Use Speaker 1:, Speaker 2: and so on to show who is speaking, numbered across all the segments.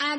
Speaker 1: I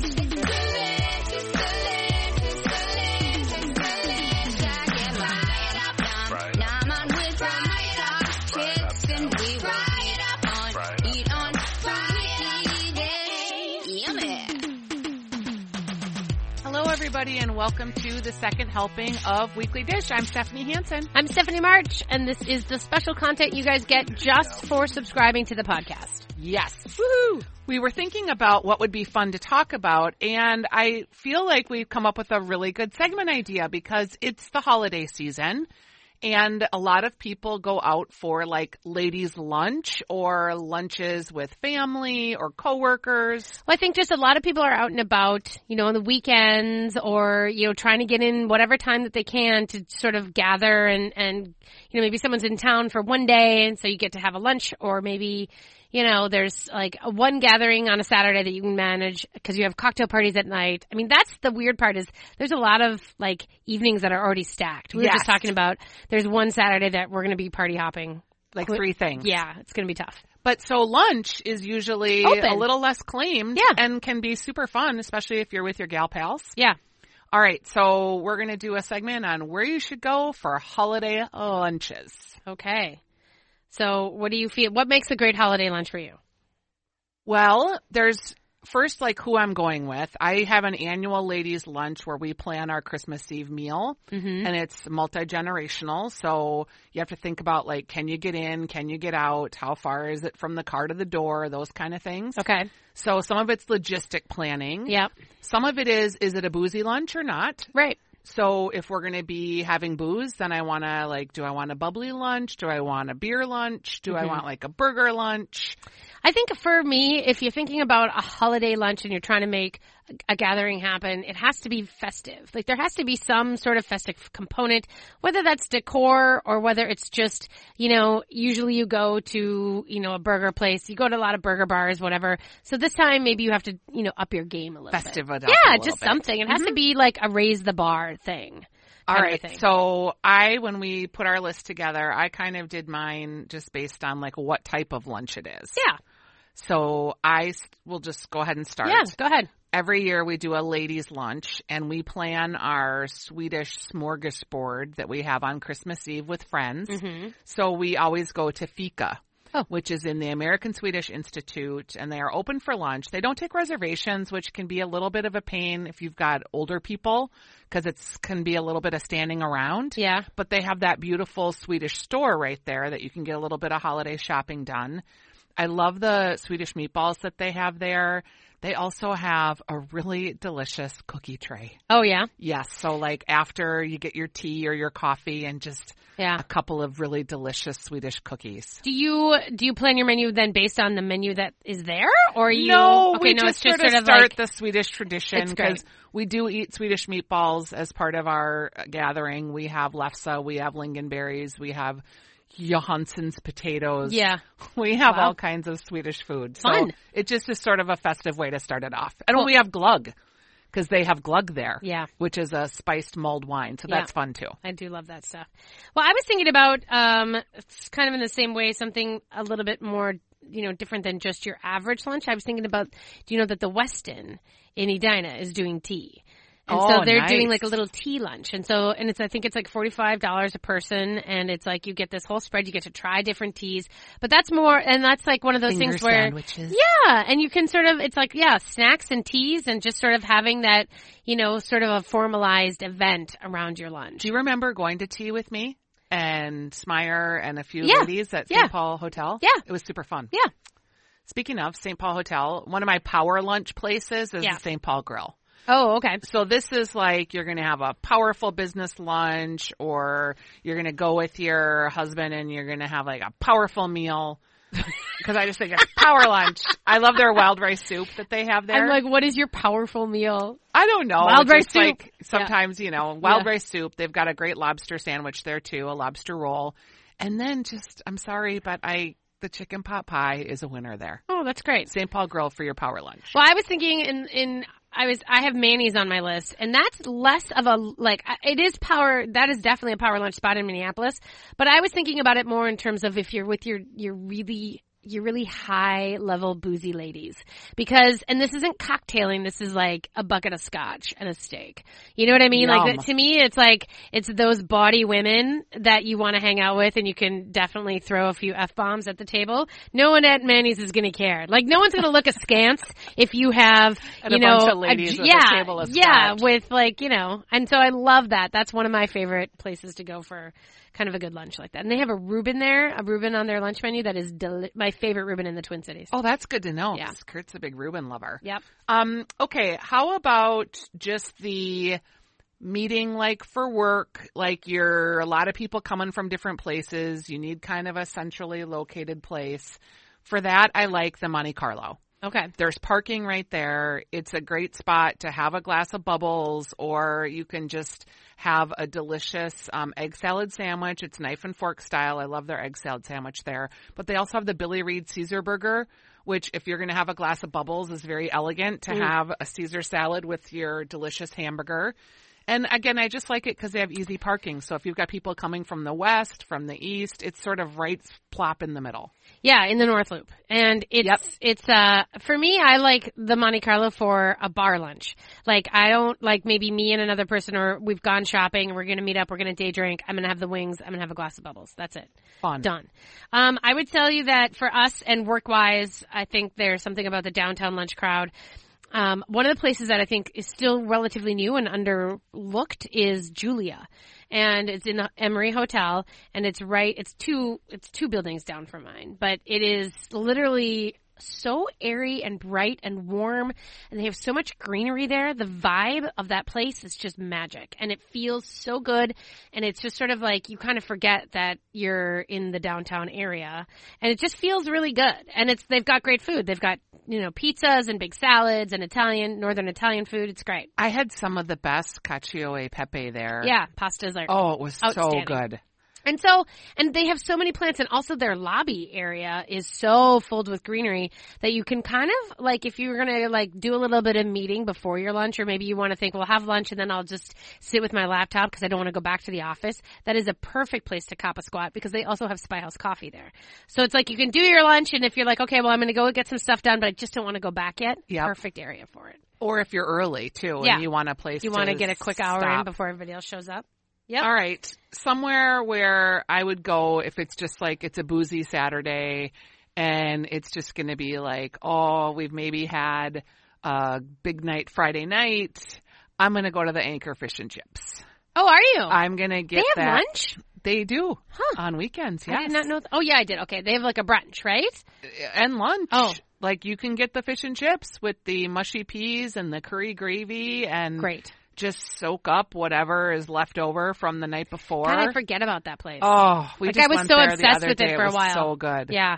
Speaker 1: Delicious, delicious, delicious, delicious. I get my nom, nom, nom
Speaker 2: Fry it
Speaker 1: on with the my talk
Speaker 2: Fry it up
Speaker 1: chicks, and we will eat up on,
Speaker 2: Fry it up
Speaker 1: eat on the weekly dish. Yummy.
Speaker 3: Hello, everybody, and welcome to the second helping of Weekly Dish. I'm Stephanie Hansen.
Speaker 4: I'm Stephanie March, and this is the special content you guys get just for subscribing to the podcast.
Speaker 3: Yes. Woohoo! We were thinking about what would be fun to talk about, and I feel like we've come up with a really good segment idea because it's the holiday season. And a lot of people go out for like ladies' lunch or lunches with family or coworkers.
Speaker 4: Well, I think just a lot of people are out and about, you know, on the weekends or, you know, trying to get in whatever time that they can to sort of gather and, and, you know, maybe someone's in town for one day and so you get to have a lunch or maybe, you know, there's like a one gathering on a Saturday that you can manage because you have cocktail parties at night. I mean, that's the weird part is there's a lot of like evenings that are already stacked. We were
Speaker 3: Yes.
Speaker 4: just talking about there's one Saturday that we're going to be party hopping.
Speaker 3: Like three things.
Speaker 4: Yeah, it's going to be tough.
Speaker 3: But so lunch is usually a
Speaker 4: Open.
Speaker 3: little less claimed
Speaker 4: Yeah.
Speaker 3: and can be super fun, especially if you're with your gal pals.
Speaker 4: Yeah.
Speaker 3: All right, so we're going to do a segment on where you should go for holiday lunches.
Speaker 4: Okay. So, what do you feel? What makes a great holiday lunch for you?
Speaker 3: Well, there's first like who I'm going with. I have an annual ladies lunch where we plan our Christmas Eve meal
Speaker 4: Mm-hmm.
Speaker 3: and it's multi-generational. So you have to think about like can you get in, can you get out, how far is it from the car to the door, those kind of things.
Speaker 4: Okay.
Speaker 3: So some of it's logistic planning.
Speaker 4: Yep.
Speaker 3: Some of it is is it a boozy lunch or not?
Speaker 4: Right.
Speaker 3: So if we're going to be having booze, then I want to like, do I want a bubbly lunch? Do I want a beer lunch? Do
Speaker 4: Mm-hmm.
Speaker 3: I want like a burger lunch?
Speaker 4: I think for me, if you're thinking about a holiday lunch and you're trying to make a gathering happen, it has to be festive. Like there has to be some sort of festive component, whether that's decor or whether it's just, you know, usually you go to, you know, a burger place, you go to a lot of burger bars, whatever. So this time maybe you have to, you know, up your game a little bit.
Speaker 3: Festive it up a
Speaker 4: Yeah,
Speaker 3: little
Speaker 4: just
Speaker 3: bit. Mm-hmm.
Speaker 4: something. It has to be like a raise the bar thing.
Speaker 3: All
Speaker 4: kind of
Speaker 3: right.
Speaker 4: thing.
Speaker 3: So I, when we put our list together, I kind of did mine just based on like what type of lunch it is.
Speaker 4: Yeah.
Speaker 3: So I s- will just go ahead and start.
Speaker 4: Yeah, go ahead.
Speaker 3: Every year we do a ladies lunch and we plan our Swedish smorgasbord that we have on Christmas Eve with friends.
Speaker 4: hmm
Speaker 3: So we always go to Fika,
Speaker 4: Oh.
Speaker 3: which is in the American Swedish Institute, and they are open for lunch. They don't take reservations, which can be a little bit of a pain if you've got older people because it can be a little bit of standing around.
Speaker 4: Yeah.
Speaker 3: But they have that beautiful Swedish store right there that you can get a little bit of holiday shopping done. I love the Swedish meatballs that they have there. They also have a really delicious cookie tray.
Speaker 4: Oh yeah.
Speaker 3: Yes. So like after you get your tea or your coffee and just
Speaker 4: Yeah.
Speaker 3: a couple of really delicious Swedish cookies.
Speaker 4: Do you do you plan your menu then based on the menu that is there, or you?
Speaker 3: no,
Speaker 4: okay,
Speaker 3: we
Speaker 4: no,
Speaker 3: just,
Speaker 4: it's just
Speaker 3: sort of, start
Speaker 4: like
Speaker 3: the Swedish tradition
Speaker 4: It's great.
Speaker 3: because we do eat Swedish meatballs as part of our uh, gathering. We have lefse, we have lingonberries, we have Johansson's potatoes.
Speaker 4: yeah.
Speaker 3: We have
Speaker 4: Wow.
Speaker 3: all kinds of Swedish food. So
Speaker 4: Fun.
Speaker 3: it just is sort of a festive way to start it off. And we have glug because they have glug there.
Speaker 4: Yeah.
Speaker 3: Which is a spiced mulled wine. So
Speaker 4: Yeah.
Speaker 3: that's fun too.
Speaker 4: I do love that stuff. Well, I was thinking about um, it's kind of in the same way, something a little bit more, you know, different than just your average lunch. I was thinking about, do you know that the Westin in Edina is doing tea? And
Speaker 3: Oh,
Speaker 4: so they're doing
Speaker 3: nice.
Speaker 4: like a little tea lunch. And so, and it's, I think it's like $45 a person. And it's like you get this whole spread, you get to try different teas. But that's more, and that's like one of those
Speaker 3: Finger
Speaker 4: things where.
Speaker 3: sandwiches.
Speaker 4: Yeah, and you can sort of it's like yeah, snacks and teas and just sort of having that, you know, sort of a formalized event around your lunch.
Speaker 3: Do you remember going to tea with me and Smyer and a few
Speaker 4: Yeah.
Speaker 3: ladies at St.
Speaker 4: Yeah.
Speaker 3: Paul Hotel?
Speaker 4: Yeah.
Speaker 3: It was super fun.
Speaker 4: Yeah.
Speaker 3: Speaking of St. Paul Hotel, one of my power lunch places is
Speaker 4: Yeah.
Speaker 3: the St. Paul Grill.
Speaker 4: Oh, okay.
Speaker 3: So this is like you're going to have a powerful business lunch or you're going to go with your husband and you're going to have like a powerful meal. Cause I just think it's power lunch. I love their wild rice soup that they have there.
Speaker 4: I'm like, what is your powerful meal?
Speaker 3: I don't know.
Speaker 4: Wild
Speaker 3: It's
Speaker 4: rice
Speaker 3: just
Speaker 4: soup.
Speaker 3: Like sometimes, you know, wild
Speaker 4: Yeah.
Speaker 3: rice soup. They've got a great lobster sandwich there too, a lobster roll. And then just, I'm sorry, but I, the chicken pot pie is a winner there.
Speaker 4: Oh, that's great.
Speaker 3: St. Paul Grill for your power lunch.
Speaker 4: Well, I was thinking in in I was I have Manny's on my list, and that's less of a like I- it is power. That is definitely a power lunch spot in Minneapolis. But I was thinking about it more in terms of if you're with your your really your really high level boozy ladies because and this isn't cocktailing this is like a bucket of scotch and a steak you know what i mean
Speaker 3: Yum.
Speaker 4: like to me it's like it's those body women that you want to hang out with and you can definitely throw a few f-bombs at the table no one at manny's is going to care like no one's going to look askance if you have
Speaker 3: And
Speaker 4: you
Speaker 3: a
Speaker 4: know
Speaker 3: bunch of ladies
Speaker 4: j-
Speaker 3: with a
Speaker 4: yeah
Speaker 3: table of
Speaker 4: yeah
Speaker 3: scotch.
Speaker 4: with like you know and so i love that that's one of my favorite places to go for kind of a good lunch like that and they have a reuben there a reuben on their lunch menu that is deli- my favorite reuben in the twin cities
Speaker 3: Oh, that's good to know.
Speaker 4: Yeah.
Speaker 3: 'cause Kurt's a big Reuben lover.
Speaker 4: yep
Speaker 3: Um, okay, how about just the meeting like for work, like you're a lot of people coming from different places, you need kind of a centrally located place. For that, I like the Monte Carlo.
Speaker 4: okay
Speaker 3: There's parking right there. It's a great spot to have a glass of bubbles, or you can just have a delicious um, egg salad sandwich. It's knife and fork style. I love their egg salad sandwich there. But they also have the Billy Reed Caesar burger, which, if you're going to have a glass of bubbles, is very elegant to
Speaker 4: Mm.
Speaker 3: have a Caesar salad with your delicious hamburger. And again, I just like it because they have easy parking. So if you've got people coming from the west, from the east, it's sort of right plop in the middle.
Speaker 4: Yeah, in the North Loop. And it's
Speaker 3: Yep.
Speaker 4: it's uh for me I like the Monte Carlo for a bar lunch. Like I don't like maybe me and another person or we've gone shopping and we're gonna meet up, we're gonna day drink, I'm gonna have the wings, I'm gonna have a glass of bubbles. That's it.
Speaker 3: Fun.
Speaker 4: Done. Um I would tell you that for us and work wise, I think there's something about the downtown lunch crowd. Um, one of the places that I think is still relatively new and underlooked is Julia, and it's in the Emory Hotel, and it's right. It's two. It's two buildings down from mine, but it is literally so airy and bright and warm, and they have so much greenery there. The vibe of that place is just magic, and it feels so good. And it's just sort of like you kind of forget that you're in the downtown area, and it just feels really good. And it's they've got great food. They've got you know, pizzas and big salads and Italian, northern Italian food. It's great.
Speaker 3: I had some of the best cacio e pepe there.
Speaker 4: Yeah, pastas are.
Speaker 3: Oh, it was so
Speaker 4: Outstanding.
Speaker 3: good.
Speaker 4: And so, and they have so many plants and also their lobby area is so filled with greenery that you can kind of like, if you're going to like do a little bit of meeting before your lunch, or maybe you want to think, well, have lunch and then I'll just sit with my laptop because I don't want to go back to the office. That is a perfect place to cop a squat because they also have Spy House coffee there. So it's like you can do your lunch and if you're like, okay, well, I'm going to go get some stuff done, but I just don't want to go back yet.
Speaker 3: Yep.
Speaker 4: Perfect area for it.
Speaker 3: Or if you're early too,
Speaker 4: Yeah.
Speaker 3: and you want a place,
Speaker 4: You
Speaker 3: want to
Speaker 4: get a quick hour in
Speaker 3: stop.
Speaker 4: before everybody else shows up. Yep.
Speaker 3: All right, somewhere where I would go if it's just like it's a boozy Saturday, and it's just going to be like, oh, we've maybe had a big night Friday night. I'm going to go to the Anchor Fish and Chips.
Speaker 4: Oh, are you?
Speaker 3: I'm going to get
Speaker 4: they have
Speaker 3: that.
Speaker 4: lunch.
Speaker 3: They do on weekends. Yes,
Speaker 4: I did not know. Th- oh, yeah, I did. Okay, they have like a brunch, right?
Speaker 3: and lunch.
Speaker 4: Oh.
Speaker 3: Like you can get the fish and chips with the mushy peas and the curry gravy and
Speaker 4: Great.
Speaker 3: just soak up whatever is left over from the night before.
Speaker 4: God, I forget about that place.
Speaker 3: oh, we
Speaker 4: Like,
Speaker 3: just
Speaker 4: I was
Speaker 3: went
Speaker 4: so
Speaker 3: there the
Speaker 4: obsessed
Speaker 3: other
Speaker 4: with it
Speaker 3: day.
Speaker 4: for a
Speaker 3: was
Speaker 4: while.
Speaker 3: So good.
Speaker 4: yeah,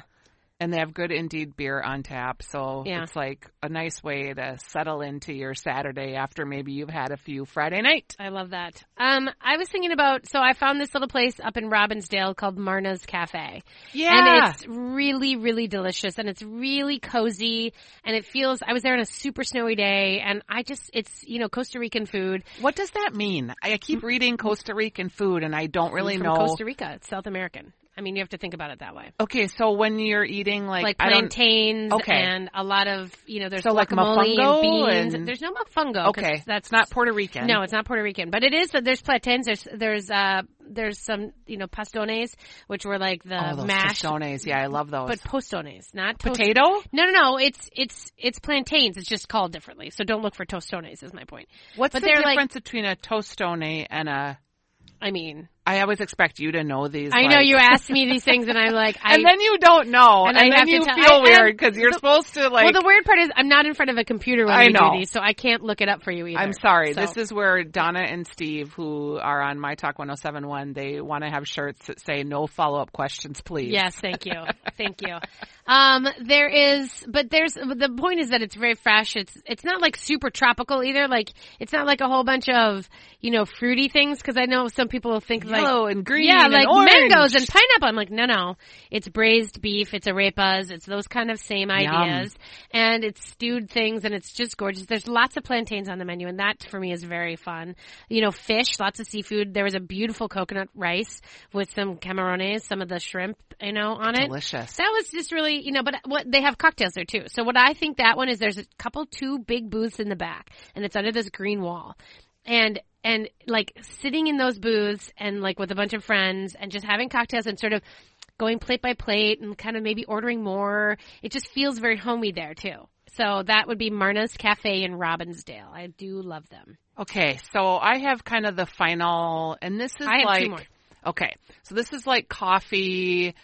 Speaker 3: And they have good Indeed beer on tap, so
Speaker 4: Yeah.
Speaker 3: it's like a nice way to settle into your Saturday after maybe you've had a few Friday night.
Speaker 4: I love that. Um, I was thinking about. So I found this little place up in Robbinsdale called Marna's Cafe. And it's really, really delicious and it's really cozy and it feels, I was there on a super snowy day and I just, it's, you know, Costa Rican food.
Speaker 3: what does that mean? I keep reading Costa Rican food and I don't really
Speaker 4: from
Speaker 3: know.
Speaker 4: Costa Rica. It's South American. I mean, you have to think about it that way.
Speaker 3: okay, so when you're eating like,
Speaker 4: like
Speaker 3: I don't
Speaker 4: plantains
Speaker 3: Okay.
Speaker 4: and a lot of you know there's
Speaker 3: So, like,
Speaker 4: guacamole
Speaker 3: mofongo
Speaker 4: and beans.
Speaker 3: and-
Speaker 4: There's no mofongo. 'cause
Speaker 3: Okay,
Speaker 4: that's
Speaker 3: not Puerto Rican.
Speaker 4: No, it's not Puerto Rican, but it is. uh, There's plantains. There's there's uh there's some you know pastones, which were like the
Speaker 3: oh, those
Speaker 4: uh, mashed,
Speaker 3: tostones. Yeah, I love those.
Speaker 4: but postones, not tost-
Speaker 3: potato.
Speaker 4: No, no, no. It's it's it's plantains. It's just called differently. So don't look for tostones. Is my point.
Speaker 3: What's
Speaker 4: But
Speaker 3: the
Speaker 4: they're, like-
Speaker 3: difference between a tostone and a?
Speaker 4: I mean,
Speaker 3: I always expect you to know these.
Speaker 4: I know
Speaker 3: like-
Speaker 4: you asked me these things, and I'm like, I.
Speaker 3: and then you don't know,
Speaker 4: And
Speaker 3: and,
Speaker 4: I
Speaker 3: then
Speaker 4: have to
Speaker 3: you
Speaker 4: tell-
Speaker 3: feel
Speaker 4: I-
Speaker 3: weird because you're supposed to like.
Speaker 4: well, the weird part is I'm not in front of a computer when
Speaker 3: I
Speaker 4: we
Speaker 3: know.
Speaker 4: do these, so I can't look it up for you either.
Speaker 3: I'm sorry.
Speaker 4: So-
Speaker 3: This is where Donna and Steve, who are on My Talk 1071, they want to have shirts that say no follow up questions, please.
Speaker 4: Yes, thank you, thank you. Um, there is, but there's the point is that it's very fresh. It's it's not like super tropical either. Like it's not like a whole bunch of you know fruity things because I know some people think
Speaker 3: yellow and green.
Speaker 4: Yeah,
Speaker 3: and
Speaker 4: like
Speaker 3: orange.
Speaker 4: mangoes and pineapple. I'm like, no, no. It's braised beef. It's arepas. It's those kind of same ideas. And it's stewed things and it's just gorgeous. There's lots of plantains on the menu and that for me is very fun. You know, fish, lots of seafood. There was a beautiful coconut rice with some camarones, some of the shrimp, you know, on it.
Speaker 3: Delicious.
Speaker 4: That was just really, you know, but what they have cocktails there too. So what I think that one is there's a couple two big booths in the back and it's under this green wall. And and like sitting in those booths and like with a bunch of friends and just having cocktails and sort of going plate by plate and kind of maybe ordering more. It just feels very homey there too. So that would be Marna's Cafe in Robbinsdale. I do love them.
Speaker 3: Okay, so I have kind of the final, and this is
Speaker 4: I have two
Speaker 3: like
Speaker 4: more.
Speaker 3: okay, so this is like coffee,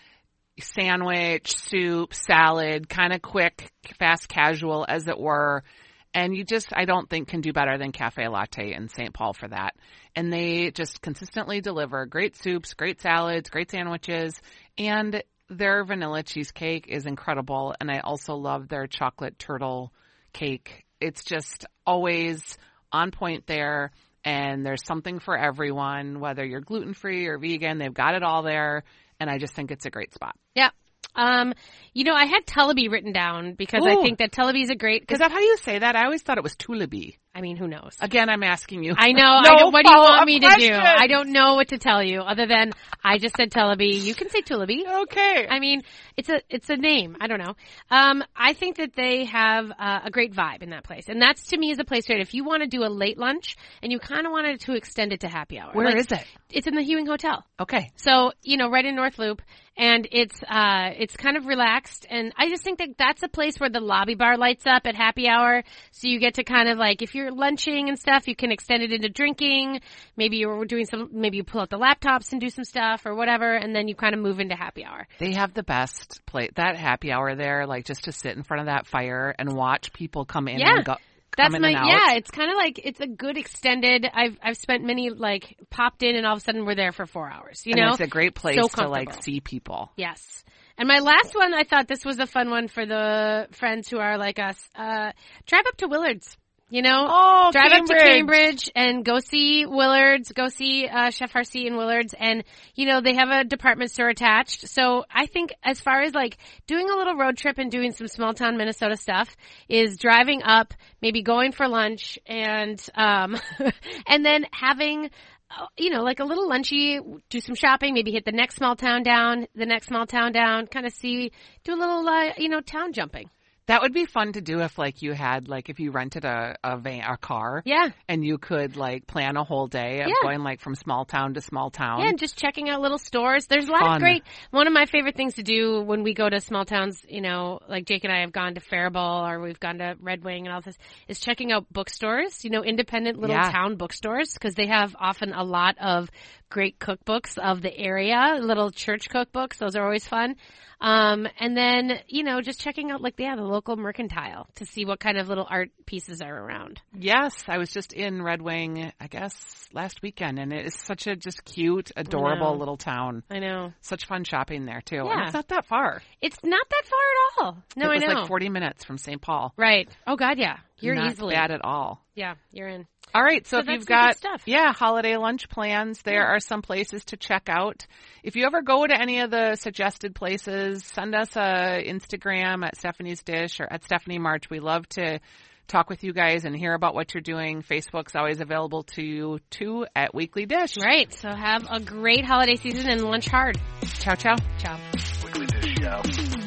Speaker 3: sandwich, soup, salad, kind of quick, fast, casual, as it were. And you just, I don't think can do better than Cafe Latte in St. Paul for that. And they just consistently deliver great soups, great salads, great sandwiches, and their vanilla cheesecake is incredible. And I also love their chocolate turtle cake. It's just always on point there. And there's something for everyone, whether you're gluten free or vegan, they've got it all there. And I just think it's a great spot.
Speaker 4: Yeah. Um, you know, I had Tullaby written down because I
Speaker 3: Ooh.
Speaker 4: think that Tullaby is a great,
Speaker 3: Is
Speaker 4: because
Speaker 3: that how you say that? I always thought it was Tulabee.
Speaker 4: I mean, who knows?
Speaker 3: Again, I'm asking you.
Speaker 4: I know.
Speaker 3: No
Speaker 4: I don't, what do you want
Speaker 3: follow-up
Speaker 4: me to do?
Speaker 3: question.
Speaker 4: I don't know what to tell you other than I just said Tullaby. You can say Tullaby.
Speaker 3: Okay.
Speaker 4: I mean, it's a it's a name. I don't know. Um, I think that they have uh, a great vibe in that place, and that's to me is a place where if you want to do a late lunch and you kind of wanted to extend it to happy hour,
Speaker 3: Where
Speaker 4: Where is
Speaker 3: is it?
Speaker 4: It's in the Hewing Hotel.
Speaker 3: Okay.
Speaker 4: So you know, right in North Loop, and it's uh, it's kind of relaxed, and I just think that that's a place where the lobby bar lights up at happy hour, so you get to kind of like if you're lunching and stuff, you can extend it into drinking. Maybe you're doing some, maybe you pull out the laptops and do some stuff or whatever, and then you kind of move into happy hour.
Speaker 3: They have the best plate, that happy hour there, like just to sit in front of that fire and watch people come in
Speaker 4: Yeah.
Speaker 3: and go.
Speaker 4: That's
Speaker 3: come in
Speaker 4: my
Speaker 3: and out.
Speaker 4: yeah. It's kind of like it's a good extended. I've I've spent many like popped in and all of a sudden we're there for four hours. You
Speaker 3: and
Speaker 4: know,
Speaker 3: it's a great place
Speaker 4: So
Speaker 3: to like
Speaker 4: comfortable.
Speaker 3: see people.
Speaker 4: Yes. And my last one, I thought this was a fun one for the friends who are like us. Uh, drive up to Willard's, you know?
Speaker 3: Oh,
Speaker 4: drive up to
Speaker 3: Cambridge.
Speaker 4: Cambridge and go see Willard's, go see uh, Chef Harsey and Willard's. And, you know, they have a department store attached. So I think as far as like doing a little road trip and doing some small town Minnesota stuff is driving up, maybe going for lunch and, um, and then having uh, you know, like a little lunchy, do some shopping, maybe hit the next small town down, the next small town down, kind of see, do a little, uh, you know, town jumping.
Speaker 3: That would be fun to do if like you had like if you rented a a, van, a car.
Speaker 4: Yeah.
Speaker 3: And you could like plan a whole day of
Speaker 4: Yeah.
Speaker 3: going like from small town to small town.
Speaker 4: Yeah, and just checking out little stores. There's a lot of
Speaker 3: Fun.
Speaker 4: great. One of my favorite things to do when we go to small towns, you know, like Jake and I have gone to Faribault or we've gone to Red Wing and all this, is checking out bookstores. You know, independent little
Speaker 3: Yeah.
Speaker 4: town bookstores because they have often a lot of great cookbooks of the area, little church cookbooks. Those are always fun. Um, and then you know, just checking out like yeah, the local mercantile to see what kind of little art pieces are around.
Speaker 3: Yes, I was just in Red Wing, I guess, last weekend and it is such a just cute, adorable
Speaker 4: know.
Speaker 3: little town.
Speaker 4: I know
Speaker 3: Such fun shopping there too. And
Speaker 4: Yeah.
Speaker 3: it's not that far.
Speaker 4: it's not that far at all. No,
Speaker 3: it was
Speaker 4: I know.
Speaker 3: like 40 minutes from St. Paul.
Speaker 4: Right. Oh God, yeah. You're
Speaker 3: not
Speaker 4: easily.
Speaker 3: bad at all.
Speaker 4: Yeah, you're in.
Speaker 3: All right, so,
Speaker 4: So
Speaker 3: if
Speaker 4: that's
Speaker 3: you've
Speaker 4: some good
Speaker 3: got
Speaker 4: stuff.
Speaker 3: yeah holiday lunch plans, there are some places to check out. If you ever go to any of the suggested places, send us a Instagram at Stephanie's Dish or at Stephanie March. We love to talk with you guys and hear about what you're doing. Facebook's always available to you too at Weekly Dish.
Speaker 4: Right. So have a great holiday season and lunch hard.
Speaker 3: Ciao, ciao.
Speaker 4: Ciao.
Speaker 2: Weekly Dish Show.